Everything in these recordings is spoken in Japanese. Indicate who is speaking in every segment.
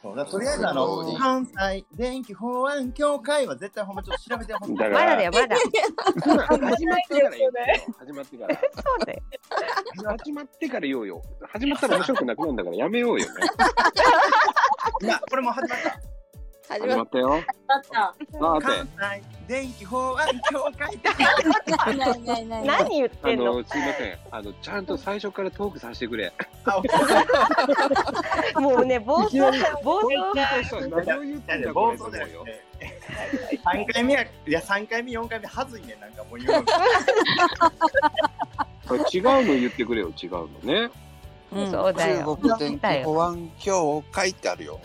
Speaker 1: そうだからとりあえずあの
Speaker 2: すごい
Speaker 1: 関西電気法案協会は絶対ほんまちょっと調べてほしい。
Speaker 3: だか
Speaker 4: まだだ
Speaker 3: ら、
Speaker 4: よまだ
Speaker 3: 始まってから言うよ。始まって から。
Speaker 4: そうだよ
Speaker 3: 始まってから言おうよ。始まったら面白くなくなるんだからやめようよね。
Speaker 1: 今これもう始まった。
Speaker 2: 始
Speaker 3: 始
Speaker 2: ま
Speaker 3: ま
Speaker 2: っ
Speaker 3: ったよ。
Speaker 2: たった。
Speaker 3: さ
Speaker 1: 関
Speaker 3: て、
Speaker 1: 西電気法案協会って。
Speaker 2: ないないないない。
Speaker 4: 何言って
Speaker 3: あ
Speaker 4: んの
Speaker 3: の、すいません。あの、ちゃんと最初からトークさせてくれ。
Speaker 1: あお
Speaker 4: も うね暴走暴走
Speaker 3: 何を言ってんだこ
Speaker 1: 暴
Speaker 3: れ
Speaker 1: 走
Speaker 3: と思
Speaker 1: だ
Speaker 3: う
Speaker 1: よ
Speaker 3: よ。。
Speaker 1: 三回目やいや三回目四回目はずいねなんかもう言うの。
Speaker 3: これ違うの言ってくれよ、違うのね。
Speaker 2: うん
Speaker 4: そうだよ
Speaker 5: 中国電気保安協会ってあるよ。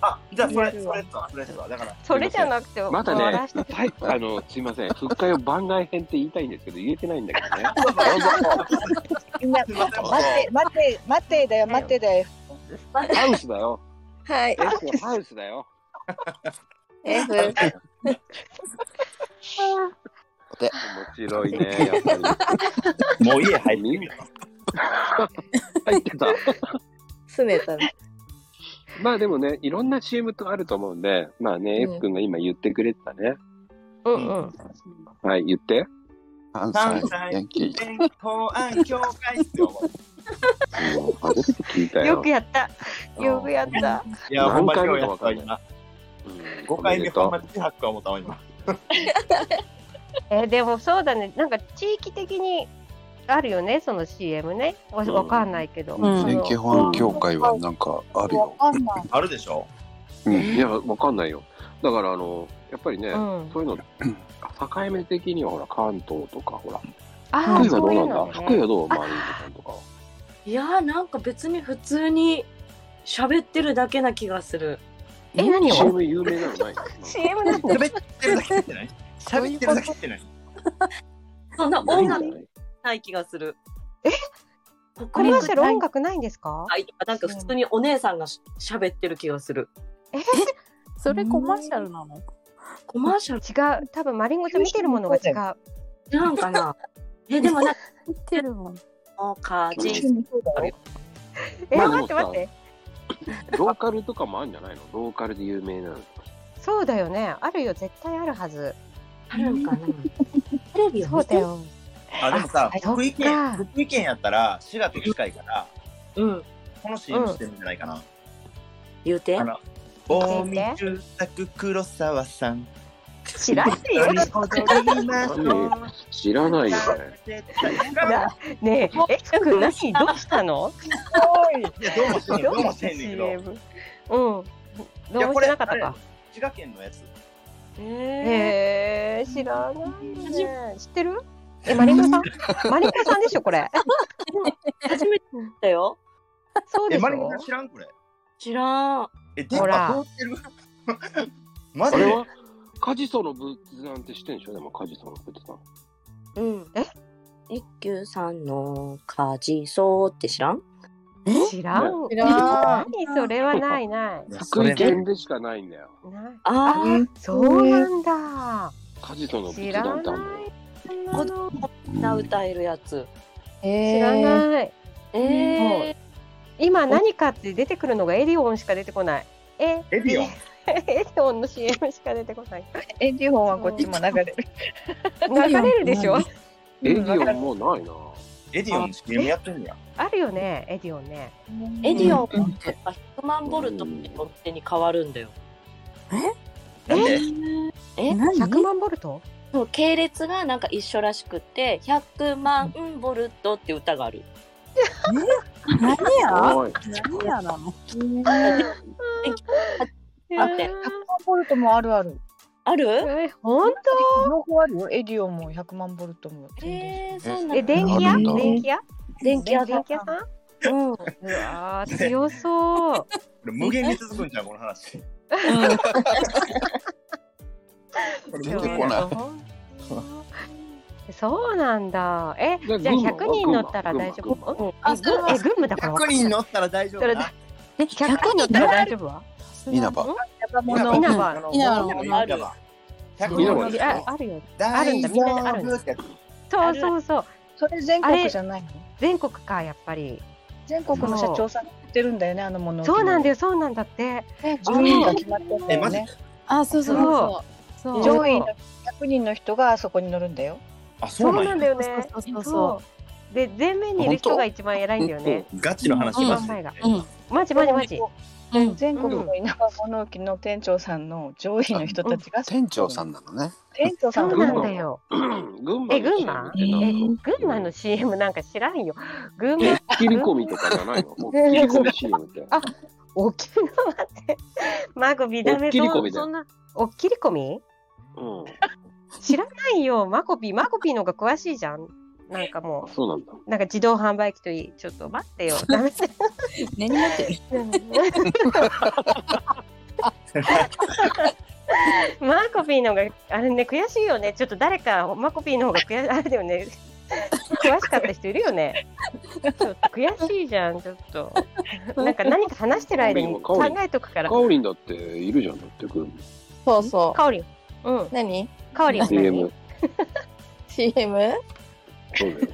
Speaker 1: あじゃあそれそれとはそれとはだから
Speaker 4: それじゃなくて
Speaker 3: まだ
Speaker 4: 終わ
Speaker 3: ね
Speaker 4: らせて、
Speaker 3: はいあの、すいません。復活を番外編って言いたいんですけど、言えてないんだけどね。
Speaker 6: みんな
Speaker 1: すいません
Speaker 6: 待て待て待てだよ待てだよ
Speaker 3: ハウスだよ。
Speaker 2: はい。
Speaker 3: S ハウスだよ。
Speaker 2: F。
Speaker 3: 面白いね、やっぱり。
Speaker 1: もういいや
Speaker 3: 入ってた。入ってた。
Speaker 2: すねた。
Speaker 3: まあでもね、いろんな CM とあると思うんで、まあね、
Speaker 2: うん
Speaker 3: F 君が今言ってくれてたね。
Speaker 4: うんうん
Speaker 3: はい、言って。
Speaker 5: 関
Speaker 1: 関
Speaker 5: 西
Speaker 1: 西
Speaker 5: 電気
Speaker 1: 電気法案協会っすよ。
Speaker 3: うん初めて聞いたよ。
Speaker 4: よくやったよくやった
Speaker 1: いやほんまに今日
Speaker 3: 何回目か
Speaker 1: や
Speaker 3: わ
Speaker 1: っ
Speaker 3: か
Speaker 1: た
Speaker 3: んない
Speaker 1: 今
Speaker 3: うん
Speaker 1: 五回
Speaker 3: おめ
Speaker 1: 目
Speaker 3: でとう
Speaker 1: ほんまに百個は思ったわ今。
Speaker 4: えーでもそうだねなんか地域的にあるよねその CM ねわ
Speaker 3: うん
Speaker 4: わかんないけど、
Speaker 2: うん
Speaker 4: その
Speaker 5: 電気保安協会はなんかあるよ。
Speaker 6: わかんない
Speaker 1: あるでしょ。
Speaker 3: うんいや、わかんないよ。だから、あの、やっぱりね、
Speaker 4: うん
Speaker 3: そういうの、境目的にはほら、関東とか、ほら、
Speaker 4: あ
Speaker 3: 福井は
Speaker 4: ー
Speaker 3: ど
Speaker 4: そう
Speaker 3: う
Speaker 4: い
Speaker 3: な
Speaker 4: うん
Speaker 3: だ、
Speaker 4: の
Speaker 3: 福井はどうマリーズさんとかは。
Speaker 2: いやーなんか別に普通に喋ってるだけな気がする。
Speaker 4: え何を
Speaker 3: CM 有名なのない
Speaker 4: CM だ って
Speaker 1: 喋ってるだけってない。喋ってるだけってない。
Speaker 2: そんな
Speaker 3: ない
Speaker 2: 音
Speaker 3: んじゃ
Speaker 2: 楽
Speaker 3: ない
Speaker 2: ない気がする。え
Speaker 4: これ
Speaker 2: 国
Speaker 4: は
Speaker 2: 民
Speaker 4: しら音楽ないんですか
Speaker 2: 会とかなんか普通にお姉さんがし喋ってる気がする。
Speaker 7: それコマーシャルなの
Speaker 2: コマーシャル
Speaker 4: 違う多分マリンゴちゃん見てるものが違う
Speaker 2: なんか なえ、でもなんか、
Speaker 7: 言ってるもん。
Speaker 2: もうか、
Speaker 3: うん
Speaker 2: 人生
Speaker 4: え
Speaker 3: まあ
Speaker 4: 待って待っ
Speaker 3: で
Speaker 4: て
Speaker 3: ローカルとかもあるんじゃないのローカルで有名なの。
Speaker 4: そうだよねあるよ絶対あるはず
Speaker 2: あるんかなテレビを
Speaker 4: そうだ
Speaker 2: 見て
Speaker 4: よ
Speaker 1: あでもさ
Speaker 4: あそっか
Speaker 1: 福井県福井県やったら滋賀と近いから
Speaker 2: うん、
Speaker 1: この CM してるんじゃないかな。
Speaker 2: 言うて
Speaker 1: あ。の近江住宅黒沢さん。
Speaker 4: 知らないよ
Speaker 1: 踊りましょう。
Speaker 3: 知らないよね。
Speaker 4: ねえ、えつくん何どうしたの？
Speaker 1: いやどうもしてんねんどうもしてんねんけど
Speaker 4: CM うん。
Speaker 1: い
Speaker 4: ど
Speaker 1: や
Speaker 4: うも
Speaker 1: こ
Speaker 4: し
Speaker 1: れ
Speaker 4: なかったか。
Speaker 1: 滋賀県のやつ
Speaker 2: え
Speaker 4: へえー、知らないね。知ってる？え、マリコさん？マリコさんでしょこれ。
Speaker 2: ー、初めて見たよ。
Speaker 4: そう
Speaker 1: え
Speaker 4: でし
Speaker 1: マリコ
Speaker 4: ょ
Speaker 1: さん。知らんこれ
Speaker 2: 知らん。
Speaker 1: え電波
Speaker 4: ほら
Speaker 1: 通ってる マ
Speaker 3: あ
Speaker 1: ジ
Speaker 3: れ
Speaker 1: で
Speaker 3: はカジソの仏壇って知ってんでしょでもカジソの仏壇。
Speaker 2: うん。
Speaker 4: え
Speaker 2: 一休さんの家事そうって知らん
Speaker 4: 知らん。
Speaker 7: 知らん
Speaker 4: 何それはないない
Speaker 1: いやそ
Speaker 3: 福
Speaker 1: れ
Speaker 3: 井県でしかないんだよ。
Speaker 4: ない。
Speaker 2: あー、
Speaker 4: そうなんだ。
Speaker 3: カジソの仏
Speaker 4: 知ら
Speaker 3: 壇
Speaker 4: な
Speaker 3: ってあるのよ。
Speaker 4: い。
Speaker 2: 子供が歌えるやつ。
Speaker 4: 知ら
Speaker 7: い。
Speaker 4: ない。
Speaker 2: え
Speaker 4: もう
Speaker 2: え
Speaker 4: 今何かって出てくるのがエディオンしか出てこない。え、
Speaker 1: エディオン
Speaker 4: エディオンの CM しか出てこない。
Speaker 6: エンジン本はこっちも流れる
Speaker 4: 流れるでしょ。
Speaker 3: エディオンもないな。
Speaker 1: エディオンの CM やってんねや
Speaker 4: あるよね、エディオンね。
Speaker 2: エディオンはやっぱ100万ボルトってコンテに変わるんだよ。
Speaker 1: なんで
Speaker 2: え
Speaker 7: 何
Speaker 4: 100万ボルト
Speaker 2: そう系列がなんか一緒らしくて100万ボルトって歌がある。
Speaker 7: 何や
Speaker 3: おい。
Speaker 7: 何やなの
Speaker 2: 待って
Speaker 4: えー
Speaker 6: 100万ボルトもあるある
Speaker 2: ある
Speaker 4: えー本
Speaker 6: 両方あるよエディオンも100万ボルトも
Speaker 2: えー、そう
Speaker 4: 当
Speaker 2: なん
Speaker 4: え、
Speaker 2: だ。
Speaker 4: 電気屋
Speaker 5: あるんだ
Speaker 4: 電気屋
Speaker 2: 電気屋さん
Speaker 4: 電気屋さん
Speaker 2: うん。
Speaker 4: うわー、強そう。
Speaker 1: これ無限に続くんじゃんこの話これ無限
Speaker 5: てこない
Speaker 4: い。 そうなんだ。え、
Speaker 3: じゃあ
Speaker 4: じゃあ
Speaker 3: 群馬
Speaker 4: 100人乗ったら大丈
Speaker 3: 群馬
Speaker 4: 夫
Speaker 2: うん
Speaker 4: え、群馬え群馬だから。
Speaker 1: 100人乗ったら大丈夫な
Speaker 7: え、
Speaker 4: 100人乗ったら大丈夫わ。
Speaker 5: 稲葉。
Speaker 6: 山
Speaker 1: 稲
Speaker 6: 物
Speaker 1: 葉
Speaker 4: 稲
Speaker 1: あ
Speaker 4: 葉。
Speaker 1: の
Speaker 7: 稲葉
Speaker 1: 稲葉
Speaker 2: あ
Speaker 1: 100
Speaker 2: る
Speaker 3: 稲
Speaker 1: 人乗った
Speaker 3: 葉でしょ
Speaker 1: ら
Speaker 4: あ、あるよ。あるん
Speaker 1: 大
Speaker 4: だ
Speaker 1: 丈
Speaker 4: みんなであるんだ
Speaker 1: 夫ってやつ
Speaker 4: そうそうそう。
Speaker 6: それ全国じゃないの
Speaker 4: 全国か、やっぱり。
Speaker 6: 全国の社長さんがやってってるんだよね、あのもの。
Speaker 4: そうなんだよ、そうなんだって。
Speaker 6: ね。10人が決まってるんだ
Speaker 1: え、
Speaker 6: よ
Speaker 1: マジ
Speaker 6: ね。
Speaker 7: あ、そうそうそうそ
Speaker 4: そう
Speaker 7: う。
Speaker 6: 上位の100人の人があそこに乗るんだよ。
Speaker 1: あ、そ
Speaker 4: そうう
Speaker 1: なん
Speaker 4: な
Speaker 1: や
Speaker 4: んだよね。
Speaker 7: そうそうそうそ
Speaker 4: そう。で、前面にいる人が一番偉いんだよね。
Speaker 1: ガチの話、
Speaker 7: うん
Speaker 1: マジで
Speaker 4: 前が。
Speaker 7: うん。
Speaker 4: マジマジマジ。
Speaker 7: うん。
Speaker 6: 全国の稲葉物置の店長さんの上位の人たちが、
Speaker 5: 店長さんなのね。
Speaker 6: 店長さ
Speaker 4: そ
Speaker 6: ん
Speaker 4: う
Speaker 6: が
Speaker 4: な
Speaker 3: 群
Speaker 4: ん
Speaker 3: 馬
Speaker 4: だよ。
Speaker 3: 群馬
Speaker 4: え、群馬え、群馬の CM なんか知らんよ。群馬
Speaker 3: え、切り込みとかじゃ ないのもう切り込み CM って。
Speaker 4: あ 沖縄って、マグビダ
Speaker 3: お
Speaker 4: メ
Speaker 3: っきりこ
Speaker 4: そ
Speaker 3: み
Speaker 4: ん
Speaker 3: だよ
Speaker 4: そんな、おっきりこみ
Speaker 3: うん。
Speaker 4: 知らないよ、 マコピー、マコピーの方が詳しいじゃん。なんかも
Speaker 3: そうなんだ。
Speaker 4: う、なんか自動販売機といい、ちょっと待 ってよ、ダメだ
Speaker 7: 何持ってる
Speaker 4: マコピーの方が、あれね、悔しいよね、ちょっと誰か、マコピーの方が悔しい、あれだよね、詳しかった人いるよね。ちょっと悔しいじゃん、ちょっと。なんか何か話してる間に
Speaker 3: かお
Speaker 4: 考
Speaker 3: りん
Speaker 4: えとくから
Speaker 3: カ。オリンだっているじゃんだって群
Speaker 8: そうそ
Speaker 4: かおりん。うん
Speaker 8: う。、何
Speaker 4: かおりん
Speaker 3: 馬。
Speaker 4: は何。
Speaker 3: CM。
Speaker 8: ?CM?
Speaker 3: そうだよ。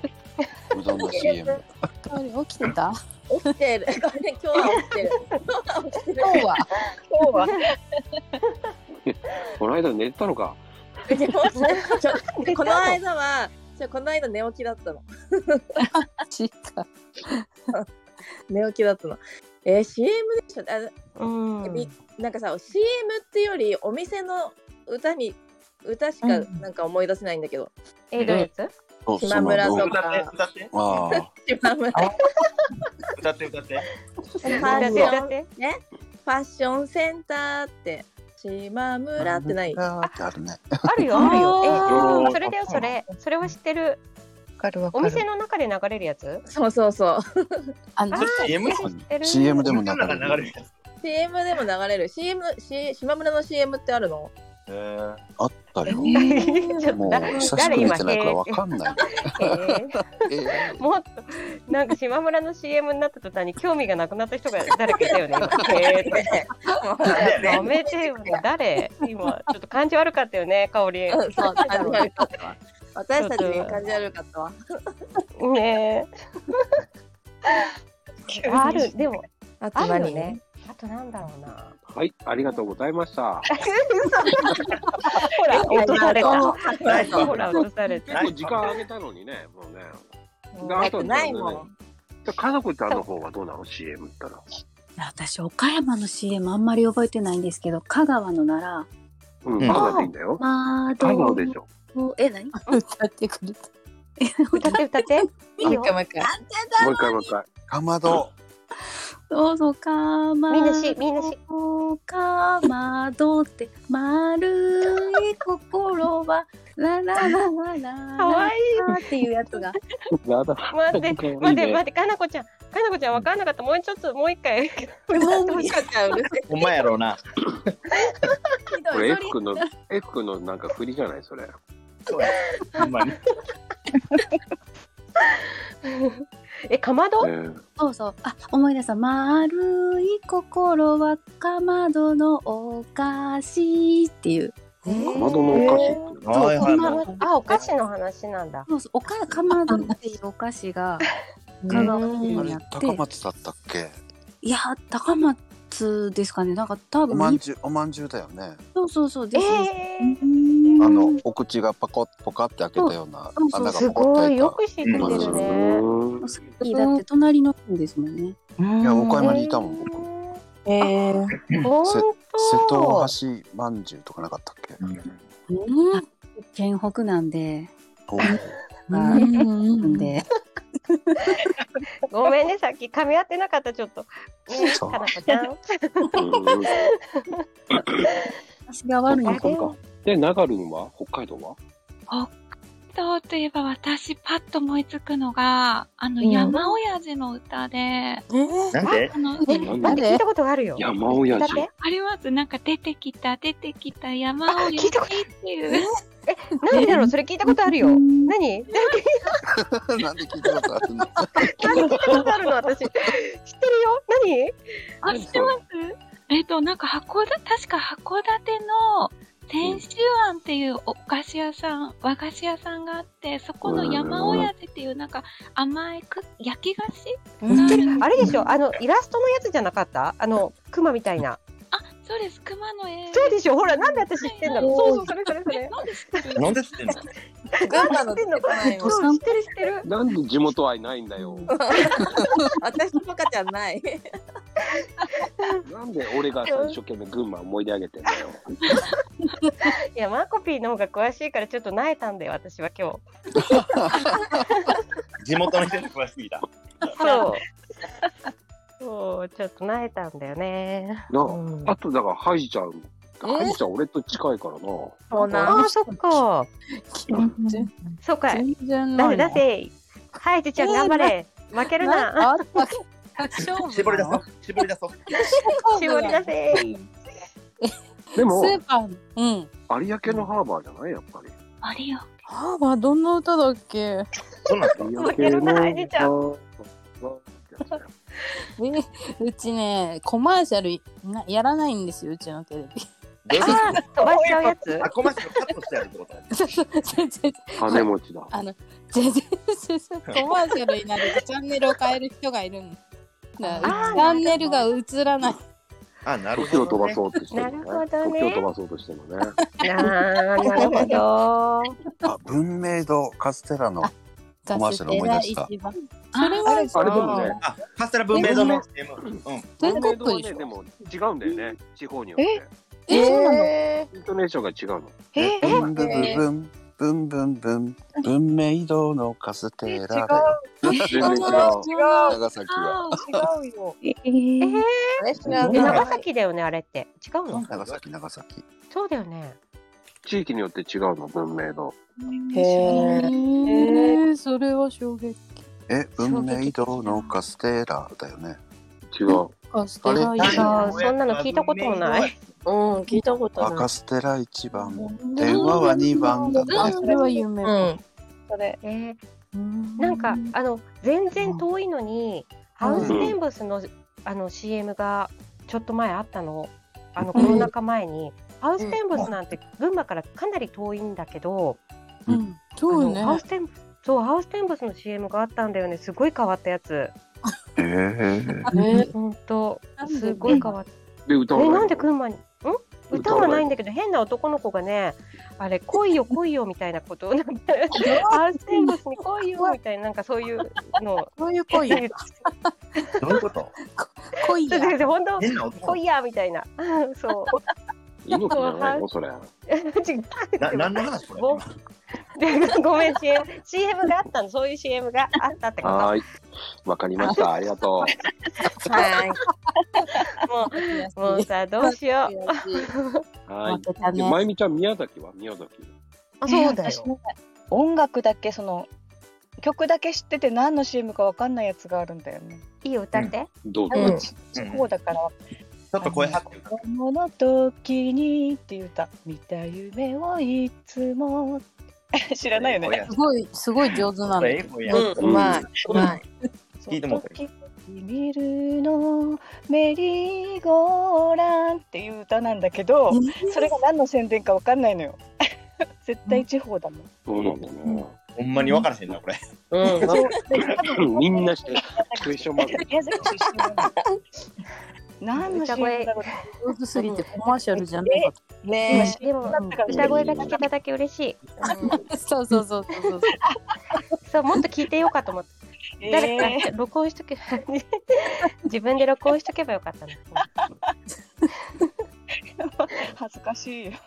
Speaker 5: うどんの CM。
Speaker 7: あれ起きてた
Speaker 8: 起きてる。ごめん、今日は起きてる。今日は起きてる
Speaker 7: 今日は
Speaker 6: 今日は
Speaker 3: この間寝たのか。
Speaker 8: ちょこの間は、ちょこの間寝起きだったの。
Speaker 7: しか。
Speaker 8: 寝起きだったの。えー、CM でしょあ
Speaker 4: うん。
Speaker 8: びなんかさ CM ってよりお店の歌に歌しか
Speaker 6: うん
Speaker 8: なんか思い出せないんだけど、
Speaker 4: え、どうやつ
Speaker 5: そう
Speaker 8: 島村
Speaker 5: その
Speaker 8: と
Speaker 5: 動画
Speaker 1: 歌って、歌って、
Speaker 5: ああ。
Speaker 8: 島村フ
Speaker 1: 歌って、歌って。
Speaker 8: ァッシ
Speaker 4: だって
Speaker 8: ョ
Speaker 4: だ
Speaker 8: ン
Speaker 4: って
Speaker 8: ファッションセンターって島村ってない
Speaker 5: あーってあるね。
Speaker 4: あるよ、
Speaker 7: あー
Speaker 4: あるよ。え
Speaker 3: あー
Speaker 4: それだよ、それ。それは知ってる。
Speaker 6: わかるわか
Speaker 4: お
Speaker 6: る。
Speaker 4: 店の中で流れるやつ
Speaker 8: そうそうそう
Speaker 7: あの
Speaker 4: あ、
Speaker 1: CM?
Speaker 4: 知ってる。
Speaker 5: CM でも流
Speaker 1: な
Speaker 5: れ
Speaker 1: んか流れ
Speaker 5: る
Speaker 1: る。やつ。
Speaker 8: CM でも流れる CM、C、島村の CM ってあるの
Speaker 1: えー
Speaker 5: あったよ。
Speaker 4: ちょっ
Speaker 5: も
Speaker 4: と
Speaker 5: う
Speaker 4: だ
Speaker 5: 久しく
Speaker 4: 誰
Speaker 5: 見
Speaker 4: 今
Speaker 5: てないからわかんない。
Speaker 4: へー
Speaker 5: ええ
Speaker 4: もっとなんか島村の CM になった途端に興味がなくなった人が誰かいたよね。今へ ーってやめてよ誰今ちょっと感じ悪かったよね香り。
Speaker 8: うんそう感 じ悪かったわ私たちに感じ悪かったわ
Speaker 4: ねえ。 あるでも
Speaker 8: あ
Speaker 4: あ
Speaker 8: と
Speaker 4: るよ
Speaker 8: 何
Speaker 4: ね。あとなんだろうな。
Speaker 3: はい、ありがとうございました。
Speaker 4: ほら落とされた。
Speaker 1: ないわ
Speaker 4: ほら落とされ
Speaker 3: 結
Speaker 4: た。
Speaker 3: 構時間あげたのにね、もうね。
Speaker 8: もうなくないもん
Speaker 3: じゃあ家族ちゃんの方はどうなの ?CM ったら。
Speaker 7: 私岡山の CM あんまり覚えてないんですけど、香川のなら、
Speaker 3: うん、
Speaker 1: うん
Speaker 3: 香川でいいんだよ。
Speaker 7: まあ
Speaker 3: 香
Speaker 7: ど
Speaker 3: 川
Speaker 7: う
Speaker 3: でしょ。
Speaker 7: もえ何？ 歌ってくれた。え
Speaker 4: 歌って歌って。 いいよ。
Speaker 8: もう一回
Speaker 3: もう一回もう一回。
Speaker 5: かまど。
Speaker 7: そうそうかま
Speaker 4: みんなしみんなし
Speaker 7: かまどって丸い心はラララララ
Speaker 4: 可愛い。
Speaker 7: ラっていうやつが
Speaker 3: なだ。
Speaker 4: 待って
Speaker 3: 可愛いね
Speaker 4: 待って待ってかなこちゃんかなこちゃんわかんなかったもうちょっともう一回。
Speaker 8: もう無理だったうるせえ
Speaker 1: お前やろうな。
Speaker 8: ひどい
Speaker 3: これ F
Speaker 8: とり
Speaker 3: 君の、F 君のなんか振りじゃないそれ。
Speaker 1: そうや。ほんまに。
Speaker 4: えかまど？
Speaker 3: うん
Speaker 7: そうそう。あ、思い出した。丸い心はかまどのお菓子っていう。
Speaker 3: かまどのお菓子っていうの。
Speaker 1: はいはい
Speaker 7: ま
Speaker 1: はい。
Speaker 4: あ、お菓子の話なんだ。
Speaker 7: そうそう。おか、かまどっていうお菓子が、香川
Speaker 5: あ
Speaker 7: 県に
Speaker 5: れ
Speaker 7: あっ
Speaker 5: 高
Speaker 7: て、
Speaker 5: 松だったっけ？
Speaker 7: いや、高松ですかね。なんか多
Speaker 5: おまん
Speaker 7: 分、
Speaker 5: じゅうおまんじゅうだよね。
Speaker 7: そうそうそう
Speaker 4: え
Speaker 7: です。
Speaker 4: え
Speaker 5: あのお口がパコッポカって開けたような
Speaker 7: そうそう
Speaker 5: 穴が
Speaker 4: す
Speaker 5: ポコッと
Speaker 4: ご
Speaker 5: 開
Speaker 4: い
Speaker 5: いた
Speaker 4: よ。く知ってる
Speaker 5: まず
Speaker 4: ね。
Speaker 3: うん
Speaker 7: いいだって隣の県ですもんね。
Speaker 5: いや岡
Speaker 4: え
Speaker 5: 山
Speaker 4: ー
Speaker 5: にいたもん僕。
Speaker 8: えー
Speaker 4: 本
Speaker 5: 瀬戸
Speaker 4: 当
Speaker 5: 大。橋まんじゅうとかなかったっけ？
Speaker 7: うん。県北なんで、
Speaker 5: お
Speaker 7: なんで、
Speaker 4: ごめんね、さっき噛み合ってなかった、ちょっと。ね
Speaker 5: そう
Speaker 4: かなこちゃん。
Speaker 3: うん
Speaker 7: 私が悪いの
Speaker 4: あ
Speaker 7: か
Speaker 4: れ
Speaker 7: な。
Speaker 4: よ
Speaker 3: で、長るんは北海道は
Speaker 9: とといえば私パッと思いつくのがあの
Speaker 4: うん
Speaker 9: 山親父の歌で、
Speaker 1: なんで
Speaker 9: あの
Speaker 4: え、
Speaker 3: なんで
Speaker 4: なんで聞いたことあるよ。
Speaker 3: 山親
Speaker 4: だ
Speaker 3: 父
Speaker 4: っ。て
Speaker 9: ありますなんか出てきた出てきた山親
Speaker 4: あ聞
Speaker 9: 父
Speaker 4: いたこ
Speaker 9: っていう
Speaker 4: なんでだろう、それ聞いたことあるよ。何聞い
Speaker 5: なんで聞いたことあるの？
Speaker 4: たことあるの、私。知ってるよ。何
Speaker 9: あ知ってますえっとなんか函館確か函館の千秋庵っていうお菓子屋さん、和菓子屋さんがあって、そこの山おやじっていうなんか甘いく焼き菓子
Speaker 4: 知ってるあれでしょあのイラストのやつじゃなかったあのクマみたいな
Speaker 9: あ、そうです、熊の絵。
Speaker 4: そうでしょほらなんで私知ってんだろう
Speaker 8: はい
Speaker 4: そうそうそれそれそれ
Speaker 9: なんで知ってる
Speaker 1: なんで知ってんの
Speaker 8: 群馬の出てこない
Speaker 4: そ
Speaker 8: も
Speaker 4: うん知ってる知ってる
Speaker 3: なんで地元愛ないんだよ。
Speaker 8: 私とパカちゃんない。
Speaker 3: なんで俺が一生懸命群馬思い出上げてんだよ。
Speaker 4: いやマーコピーの方が詳しいからちょっと萎えたんだよ私は今日
Speaker 1: 地元の人に詳しすぎた。
Speaker 4: そうそうちょっと萎えたんだよね
Speaker 3: なあ
Speaker 4: うん
Speaker 3: あとだからハイちゃん。ハイちゃん俺と近いからな。
Speaker 8: そう
Speaker 4: あーそっか
Speaker 7: 全
Speaker 4: そうかい
Speaker 7: 然
Speaker 4: 出
Speaker 7: な
Speaker 4: せ
Speaker 7: いな
Speaker 4: 出せはいじちゃん頑張れ負けるな
Speaker 7: あった
Speaker 1: 絞り出そう。絞り出そう。
Speaker 4: 絞り出せ
Speaker 3: でも
Speaker 10: ス
Speaker 3: 有
Speaker 10: ーパー、うん。
Speaker 3: 明のハーバーじゃないやっぱり。
Speaker 9: あれよ。
Speaker 10: ハーバー、どんな歌だっけ
Speaker 1: そうなん
Speaker 3: 有
Speaker 4: 負けるなハイ
Speaker 3: 明
Speaker 4: ちゃん
Speaker 3: のハーバー
Speaker 10: えうちね、コマーシャルなやらないんですよ、うちのテレビ。
Speaker 1: どういうこ
Speaker 4: あー飛ばしちゃうやつ
Speaker 1: とあ、コマーシャルカットしてあるってこと
Speaker 10: そうそう全然、
Speaker 3: 金持ちだ。
Speaker 10: あの、全然、全然 コマーシャルになるとチャンネルを変える人がいるの。だから
Speaker 4: あー
Speaker 10: チャンネルが映らない。
Speaker 1: あ、なる
Speaker 3: 時
Speaker 1: ほ
Speaker 3: を飛
Speaker 1: ど、
Speaker 3: ば
Speaker 1: ね。
Speaker 3: そうとしてるのね。
Speaker 4: なるほどね
Speaker 3: 時を飛ばそうとしてるのね。
Speaker 4: あーなるほど
Speaker 5: あ、文明堂カステラの。コマーシャル思い出した
Speaker 10: ガステラ市場
Speaker 9: あれ
Speaker 3: あれでもね、
Speaker 1: あ、カステラ文明堂の CM。うん。
Speaker 10: 全国
Speaker 3: 文明堂は
Speaker 10: でし
Speaker 3: ね、
Speaker 10: ょ
Speaker 3: でも違うんだよね。地方によって。
Speaker 10: えーそうなの
Speaker 3: イントネーションが違うの。
Speaker 6: え
Speaker 5: ブンブンブンブンブンブン文明堂のカステラだよ。
Speaker 3: 全然違う。
Speaker 5: 長崎は。
Speaker 9: あ
Speaker 8: 違うよ。
Speaker 7: え
Speaker 4: え
Speaker 7: ー
Speaker 4: ー
Speaker 8: え、知ら
Speaker 4: え
Speaker 8: ない。
Speaker 4: 長崎だよねあれって違うの
Speaker 5: 長崎長崎。
Speaker 4: そうだよね
Speaker 3: 地域によって違うの、文明堂。
Speaker 8: へえ。
Speaker 10: えー、それは衝撃。
Speaker 5: え、文明堂のカステラだよね。
Speaker 3: 違う。
Speaker 10: カステラ
Speaker 5: あ
Speaker 10: 市
Speaker 5: れ
Speaker 10: 場
Speaker 4: あーそんなの聞いたこともない
Speaker 8: うん、聞いたこと
Speaker 5: あ、
Speaker 8: ない
Speaker 5: カ。ステラ一番。電話は二番だね
Speaker 10: あ、それは有名。
Speaker 8: うん。
Speaker 6: それ
Speaker 4: えー
Speaker 10: な
Speaker 4: なんかあの全然遠いのに、ハウステンボスのあの CM がちょっと前あったのあのコロナ禍前に、ハウステンボスなんて群馬からかなり遠いんだけど、
Speaker 10: うん、そ
Speaker 4: あ
Speaker 10: う
Speaker 4: の
Speaker 10: ね。
Speaker 4: ハウステンそうハウステンボスの CM があったんだよねすごい変わったやつ
Speaker 5: ええ。
Speaker 10: ね
Speaker 4: 本当
Speaker 10: なんです
Speaker 4: ごい変わった
Speaker 3: で、歌わ
Speaker 4: え
Speaker 3: ないの
Speaker 4: なんで群馬にん歌はないんだけど変な男の子がねあれ来いよ来いよみたいなことをなんかハウステンボスに来いよみたいななんかそういうのを
Speaker 10: こういう恋、
Speaker 1: どういうこと
Speaker 10: 恋
Speaker 4: ちょっと待
Speaker 10: や
Speaker 4: って 本当
Speaker 1: 変な
Speaker 4: 来
Speaker 1: 男。
Speaker 4: いやみたいな。 そ
Speaker 3: 猪木じゃないのそれ。
Speaker 4: う。違う。
Speaker 1: な何の話これ
Speaker 4: ぼご めん、CM。CM があったの、そういう CM があったってこ
Speaker 3: はーい。わかりました。ありがと。
Speaker 8: はい。
Speaker 4: と。も
Speaker 10: 悔
Speaker 4: う、もう
Speaker 10: しい
Speaker 4: さ、どうしよう。
Speaker 10: 悔しいう
Speaker 3: は
Speaker 10: 負けた
Speaker 3: い。で、
Speaker 10: ね
Speaker 3: まゆみちゃん、宮崎は宮崎。
Speaker 4: あ
Speaker 6: 私。なんか音楽だけその曲だけ知ってて何の CM かわかんないやつがあるんだよね。
Speaker 4: いいよ、歌って。
Speaker 3: どう
Speaker 8: う
Speaker 3: ぞ
Speaker 8: ん。
Speaker 1: うん
Speaker 6: こうだか
Speaker 1: ち
Speaker 6: ら
Speaker 1: ょっと声張って歌っ
Speaker 6: 子供の時にっていう歌見た夢をいつ も知ら
Speaker 1: て。
Speaker 6: ないよね。
Speaker 1: ね
Speaker 10: す。ごい、すごい上手なん
Speaker 1: こ
Speaker 10: だ
Speaker 1: れ
Speaker 10: け
Speaker 1: 英
Speaker 10: ど。
Speaker 1: 語やん。
Speaker 8: うん、うまい。うまい。
Speaker 1: 聞いてもらって
Speaker 6: 時々見るのメリーゴーランっていう歌なんだけど、それが何の宣伝かわかんないのよ。 絶対地方だもん。
Speaker 3: そうなんだね。
Speaker 1: ほんまに分からへんな、これ。
Speaker 8: うん、
Speaker 6: そうで多分
Speaker 3: みんなして、クエスチョンマーク。
Speaker 6: 宮崎出身なんだ 何の CM だろう
Speaker 10: 上手すぎてコマーシャルじゃないかっ
Speaker 8: ね
Speaker 4: でも、
Speaker 6: うん
Speaker 4: 歌声が聞けただけ嬉しい。
Speaker 10: た。そうそうそうそう そう。
Speaker 4: そう、もっと聞いてようかと思って。
Speaker 6: え
Speaker 4: 誰
Speaker 6: ー
Speaker 4: か録音しと け。自分で録音しとけばよかったの。
Speaker 6: 恥ずかしいよ。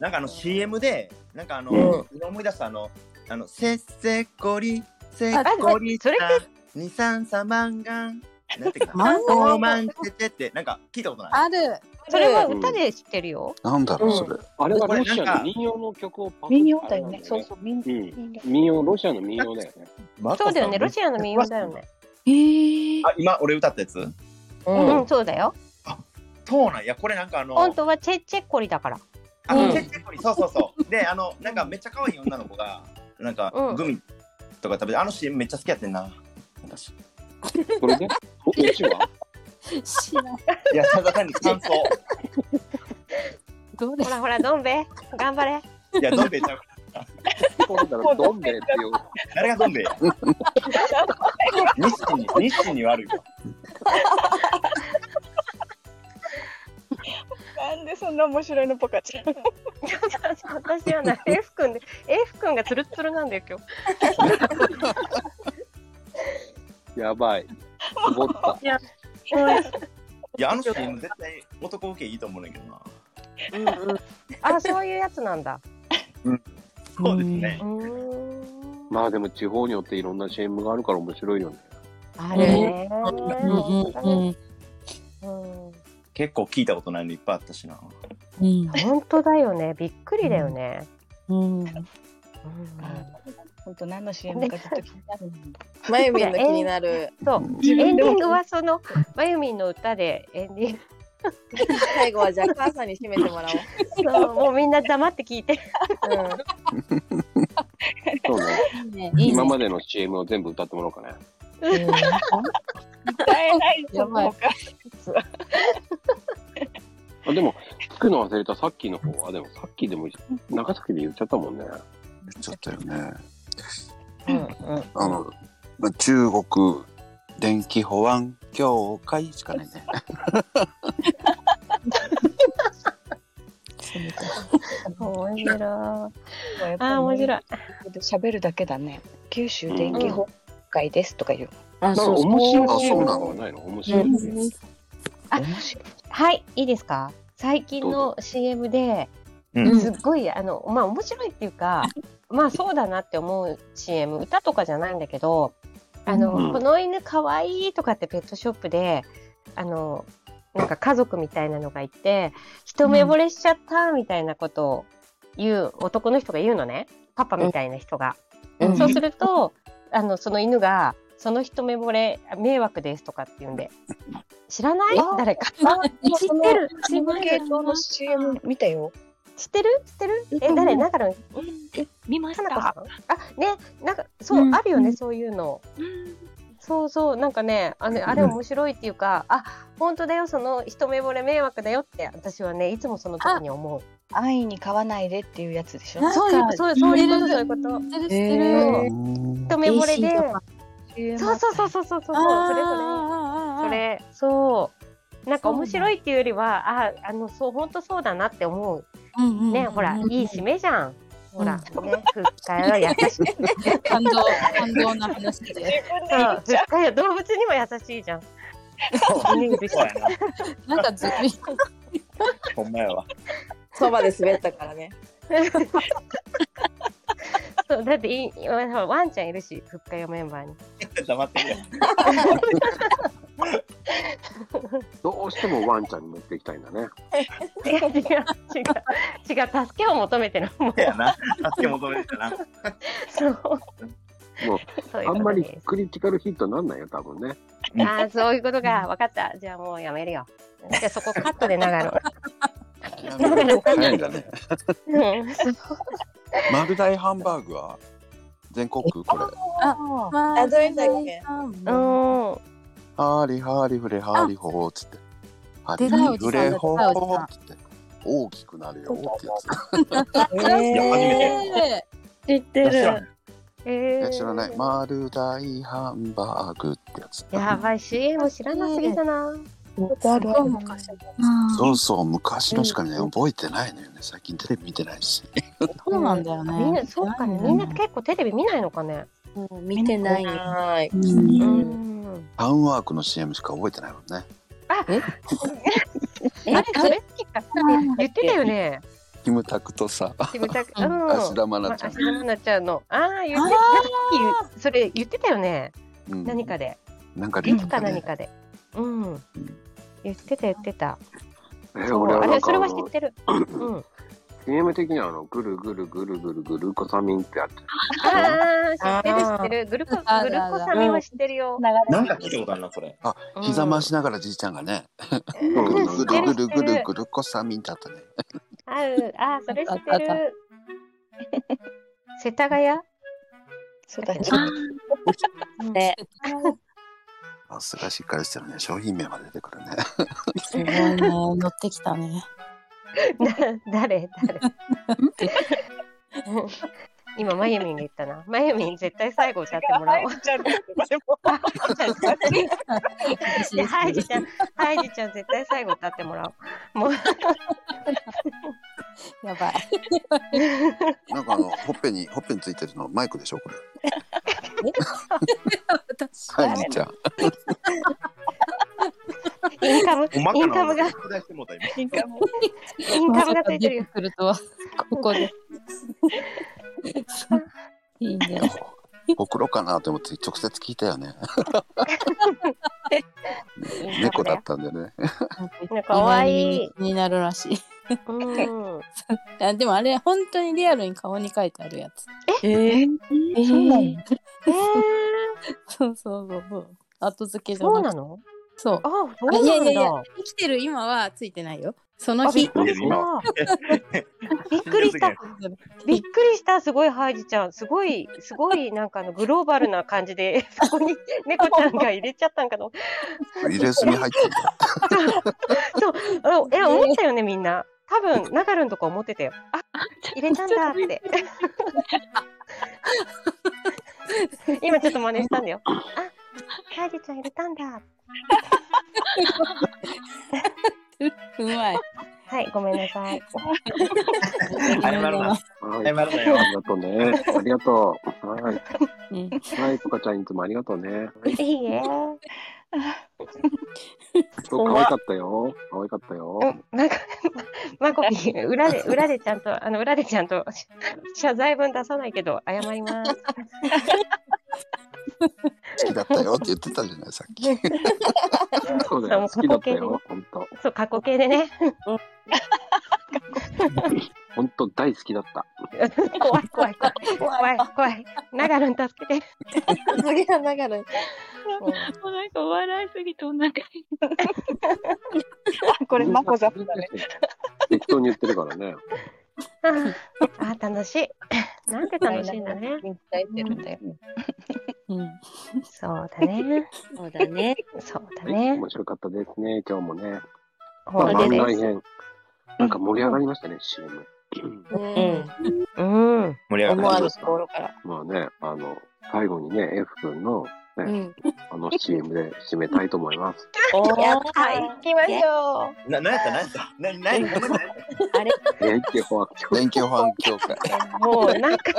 Speaker 1: なんかあの CM で、なんかあの、思い出したあの、あの、せっせっこり、せっこり
Speaker 4: それ
Speaker 1: さ、二三三万がん。なんていうか
Speaker 10: マ
Speaker 1: な
Speaker 10: ン、ガン
Speaker 1: おまんててって、なんか聞いたことない。
Speaker 10: ある。
Speaker 4: それは歌で知ってるよ。
Speaker 5: なんだろうそれ。
Speaker 3: あれはロシアの民謡の曲をパクった
Speaker 6: 民謡だよね。そうそう、民
Speaker 3: う
Speaker 6: 謡。
Speaker 3: ん。民謡、ロシアの民謡だよね。
Speaker 4: そうだよね。ロシアの民謡だよね。
Speaker 10: ええ。
Speaker 1: あ、今俺歌ったやつ。
Speaker 8: う。
Speaker 4: うんん、そうだよ。
Speaker 1: そうなんや、これなんかあの。
Speaker 4: 本当はチェチェッコリだから。
Speaker 1: あ
Speaker 8: う
Speaker 1: の、
Speaker 8: ん
Speaker 1: チェッチェコリ、そうそうそう。で、あの、なんかめっちゃ可愛い女の子が、なんか
Speaker 4: うん
Speaker 1: グミとか食べて、あの CM めっちゃ好きやってんな。私
Speaker 3: それで、おオチは
Speaker 10: 知らん。
Speaker 1: いや、ただ単に感想。
Speaker 4: ほらほら、どん兵衛、頑張れ。
Speaker 1: いや、どん兵衛ちゃう
Speaker 3: 今度はどん兵衛っていう。
Speaker 1: 誰がどん 兵衛や日清に、日清に悪いわ。
Speaker 6: なんでそんな面白いのポカちゃん。
Speaker 4: 私はな、F 君で、F 君がつるつるなんだよ、今日。
Speaker 3: やばい。すごった。
Speaker 4: い
Speaker 1: い
Speaker 4: や、
Speaker 1: や、あの CM 絶対男受けいいと思うねんだけどな。
Speaker 4: うんうん。あ、そういうやつなんだ。
Speaker 1: そうですね。
Speaker 3: まあでも地方によっていろんな CM があるから面白い よね。
Speaker 4: あるね。
Speaker 1: 結構聞いたことないのいっぱいあったしな。
Speaker 4: 本当だよね。びっくりだよね。
Speaker 6: 本当何の CM かずっと気になるのに。
Speaker 8: まゆみんの気にな る。
Speaker 4: そう。エンディングはその、まゆみんの歌でエンディング。
Speaker 8: 最後はじゃあ母さんに締めてもら
Speaker 4: そうもうみんな黙って聞いて。
Speaker 8: おう。うん。
Speaker 3: そうね。今までの CM を全部歌ってもらおうかね。
Speaker 6: 歌えない
Speaker 10: や
Speaker 6: ぞ、
Speaker 10: ばい
Speaker 6: ポカ。
Speaker 3: あでも、聞くの忘れたさっきの方は、でもさっきでも、長崎で言っちゃったもんね。
Speaker 5: ちゃったよね。
Speaker 4: うんうん。
Speaker 5: あの、まあ、中国電気保安協会しかないね。
Speaker 4: 面白い。
Speaker 6: あ
Speaker 4: あー、面白い。
Speaker 6: 喋るだけだね。九州電気法会ですとか言う。
Speaker 2: あ、
Speaker 3: なんか
Speaker 2: そうそう。
Speaker 3: 面白い
Speaker 5: あそう
Speaker 3: CM
Speaker 5: な
Speaker 3: と
Speaker 5: の
Speaker 3: かはないの面白い。
Speaker 4: はい、いいですか最近の CM で、
Speaker 1: うん
Speaker 4: すっごい、あの、まあ、面白いっていうか、まあ、そうだなって思う CM、歌とかじゃないんだけど、あの、
Speaker 3: うん
Speaker 4: この犬かわいいとかってペットショップで、あの、なんか家族みたいなのがいて、一目惚れしちゃったみたいなことを言う、男の人が言うのね。パパみたいな人が。
Speaker 2: うん
Speaker 4: そうすると、あの、その犬が、その一目惚れ、迷惑ですとかって言うんで、知らない誰か。知ってる
Speaker 6: その系統の CM 見たよ。
Speaker 4: 知ってる知ってるえ、誰だから、
Speaker 9: 見まし
Speaker 4: かなこさ
Speaker 9: た。
Speaker 4: んあ、ね、なんか、そう、
Speaker 9: うん
Speaker 4: あるよね、そういうの。
Speaker 9: うん
Speaker 4: そうそう、なんかね、あのあれ面白いっていうか、あ、本当だよ、その一目惚れ迷惑だよって、私はね、いつもその時に思う。
Speaker 6: 安易に買わないでっていうやつでしょ。
Speaker 4: そういう、そういう、そういうこと、そういうこと。
Speaker 10: 知ってる、知っ
Speaker 8: え
Speaker 10: てる。
Speaker 8: ー
Speaker 4: 一目惚れで、
Speaker 6: CM
Speaker 4: そうそうそうそうそうそう、それそれ。そ
Speaker 10: それ
Speaker 4: れそうなんか面白いっていうよりはああのそう本当そうだなって思う
Speaker 10: それ
Speaker 4: ね、ほらいい締めじゃんほら、ねふっかよ優 しい
Speaker 10: 感動、感動の話 で。
Speaker 4: そうふっかよ動物にも優しいじゃん犬いるし
Speaker 1: そうやな。
Speaker 10: なんかずっと、
Speaker 1: ほんまやわ。
Speaker 8: そばで滑ったからね。
Speaker 4: そうだっていいワンちゃんいるしふっかよメンバーに
Speaker 1: 黙ってるやん。
Speaker 3: どうしてもワンちゃんに持っていきたいんだね。
Speaker 4: 違う違う違う違う助けを求めてるもう
Speaker 1: せやな。助け求めてたな。
Speaker 4: そう
Speaker 3: もう
Speaker 4: そういう
Speaker 3: あん
Speaker 4: こ
Speaker 3: ま
Speaker 4: と
Speaker 3: り
Speaker 4: です
Speaker 3: クリティカルヒットなんないよ、多分ね。
Speaker 1: り
Speaker 4: あーそういうことが分かったじゃあもうやめるよじゃあそこカットで長野長野カ
Speaker 5: 早い
Speaker 4: ッ
Speaker 5: んだね。
Speaker 4: トうん
Speaker 5: 丸大ハンバーグは全国区これ。
Speaker 8: あ、どれだっけ。
Speaker 4: うん
Speaker 5: ハーリハーリフレハーリホーっつって。ハーリ
Speaker 10: 出川内さ
Speaker 5: フ
Speaker 10: んだ
Speaker 5: レホーっつって。大きくなるよってや
Speaker 1: え
Speaker 8: 知っ
Speaker 1: 知
Speaker 8: て
Speaker 1: ら
Speaker 8: る。
Speaker 1: ん
Speaker 4: え
Speaker 5: つ。い
Speaker 4: ー
Speaker 5: や知らない。丸大ハンバーグってやつ。
Speaker 4: やばい CM 知らなすぎだな。
Speaker 6: あるある。
Speaker 5: そうそう、昔のしかね、覚えてないのよね。最近テレビ見てないし。
Speaker 10: そうなんだよね。
Speaker 4: みんなそうかね、みんな結構テレビ見ないのかね。
Speaker 2: うん見てない。
Speaker 8: はい。
Speaker 10: うん
Speaker 4: うん。
Speaker 5: タウンワークの CM しか覚えてないもんね。
Speaker 4: え、それ好きか。言ってたよね。
Speaker 5: キムタクとさ、
Speaker 4: キムタク。
Speaker 10: う
Speaker 4: うんん。
Speaker 5: 芦田愛菜ちゃん
Speaker 4: 芦。田愛菜ちゃんの。ああ、言ってた。それ言ってたよね。
Speaker 5: うん
Speaker 4: 何かで。
Speaker 5: なんか
Speaker 4: いつか何かで。うん。言ってた言ってた。
Speaker 3: え
Speaker 4: そう
Speaker 3: 俺は
Speaker 4: あ
Speaker 3: なん
Speaker 4: れ
Speaker 3: か
Speaker 4: そ
Speaker 3: あ
Speaker 4: れは知っ
Speaker 3: の、
Speaker 4: てる。うん。
Speaker 3: CM 的にはあの、ぐるぐるぐるぐるぐるこさみんってあって、
Speaker 4: ああ、知ってる知ってる。グルコ
Speaker 10: あ
Speaker 4: グ
Speaker 10: る
Speaker 4: ル
Speaker 10: ある
Speaker 4: コサミは知ってるよ。
Speaker 1: なんか聞いたことあるな、これ。
Speaker 4: うん
Speaker 5: 膝回しながらじいちゃんがね、
Speaker 3: う
Speaker 5: ぐ
Speaker 3: んな
Speaker 5: るぐ
Speaker 3: ん
Speaker 5: る
Speaker 3: か
Speaker 5: ぐるぐるぐるこさみんだったね。
Speaker 4: ある。ああ、それ知っ
Speaker 10: あ
Speaker 4: て
Speaker 10: ったあっ
Speaker 4: る。 世田谷。
Speaker 6: そうだね。
Speaker 9: あ
Speaker 2: で、
Speaker 5: さすがしっかりしてるね。商品名まで出てくるね。
Speaker 10: すごいね。乗ってきたね。
Speaker 4: 誰誰 今、まゆみんが言ったな。まゆみん、絶対最後歌ってもらおう。いや ハイジちゃん、ハイジちゃん、絶対最後歌ってもらおう。もう。
Speaker 10: やばい。
Speaker 5: なんかあの、ほっぺに、ほっぺについてるのマイクでしょ、これ。はい、兄ちゃん。
Speaker 4: インカム、
Speaker 1: おま
Speaker 4: イ
Speaker 1: か
Speaker 4: ン
Speaker 1: な
Speaker 4: カムが、
Speaker 1: 拡大してもうた今
Speaker 4: インカム、インカムがついてるよ。
Speaker 10: くるとは、ここ で。い いね。
Speaker 5: 送ろうかなと思って直接聞いたよね。猫だったんでね。
Speaker 4: かわいい。
Speaker 10: になるらしい。
Speaker 4: うん。
Speaker 10: あでもあれ本当にリアルに顔に書いてあるやつ。
Speaker 8: ええ
Speaker 6: そうなの
Speaker 4: えー、
Speaker 10: そうそうそうそう。後付けじゃ
Speaker 4: そう
Speaker 10: な
Speaker 4: な
Speaker 10: くて。
Speaker 4: の
Speaker 10: そう。
Speaker 4: あ、そう
Speaker 10: あいやいや
Speaker 4: なん
Speaker 10: いや
Speaker 4: だ。、
Speaker 10: 生きてる今はついてないよ。その
Speaker 4: あ、び
Speaker 10: 日
Speaker 4: っ。くりした。びっくりした。びっくりした、すごいハイジちゃん、すごい、 すごい、なんかあのグローバルな感じで、 そこに猫ちゃんが入れちゃったんかの。
Speaker 5: 入れ墨入ってんだ。
Speaker 4: そう、あえ、思ったよね、みんな。多分、ナガルンとか思ってたよ。あ、入れたんだって。今ちょっと真似したんだよ。あ、ハイジちゃん入れたんだ。
Speaker 10: う まい。
Speaker 4: はい、ごめんなさ い。
Speaker 1: 謝るな。
Speaker 3: はい
Speaker 1: 謝るなよ
Speaker 3: あ りがとう ね。ありがとう。
Speaker 10: う
Speaker 3: はい。
Speaker 10: ん。
Speaker 3: はい、とかちゃんいつもありがとうね。
Speaker 4: いいえ。
Speaker 3: そう、可愛かったよ。可愛かったよ。
Speaker 4: うん、なんか、 ま、マコピー、裏で、裏でちゃんと、あの、裏でちゃんと、し謝罪文出さないけど、謝ります。
Speaker 5: 好きだったよって言ってたじゃない、さっき。
Speaker 3: そうだよ。好きだったよ。本当。
Speaker 4: そう、過去形でね。
Speaker 3: 本当大好きだった。
Speaker 4: 怖い、怖い、怖い、怖い、怖い。長野に助けて。
Speaker 8: 次は長野。
Speaker 4: もう
Speaker 9: もうなんか笑いすぎてお腹
Speaker 6: これマコ ザップだね。
Speaker 3: 適当に言ってるからね。
Speaker 4: あーあー、楽しい。なんで楽しいんだね。
Speaker 6: みんな鍛えてるんだよ。
Speaker 10: うん。
Speaker 4: そうだね。
Speaker 2: そうだね。
Speaker 4: そうだ
Speaker 3: はい、
Speaker 4: ね。
Speaker 3: 面白かったですね。今日もね。まあ、
Speaker 4: 本当
Speaker 3: 番
Speaker 4: で
Speaker 3: 外編。なんか盛り上がりましたね、CM。
Speaker 2: うん。
Speaker 4: す。うん。
Speaker 1: 盛り上
Speaker 3: 思
Speaker 1: がっ
Speaker 3: わ
Speaker 1: た
Speaker 3: ぬ
Speaker 2: ところから。
Speaker 3: まあね、あの、最後にね、F 君の、
Speaker 2: うん。
Speaker 3: あの CM で締めたいと思います。
Speaker 2: お
Speaker 4: や
Speaker 2: ー
Speaker 4: った、行きましょう。
Speaker 1: な何やった何やった何何ごめん何やった
Speaker 3: 電気保安局
Speaker 5: 電気保安協会。
Speaker 4: もう、なんか。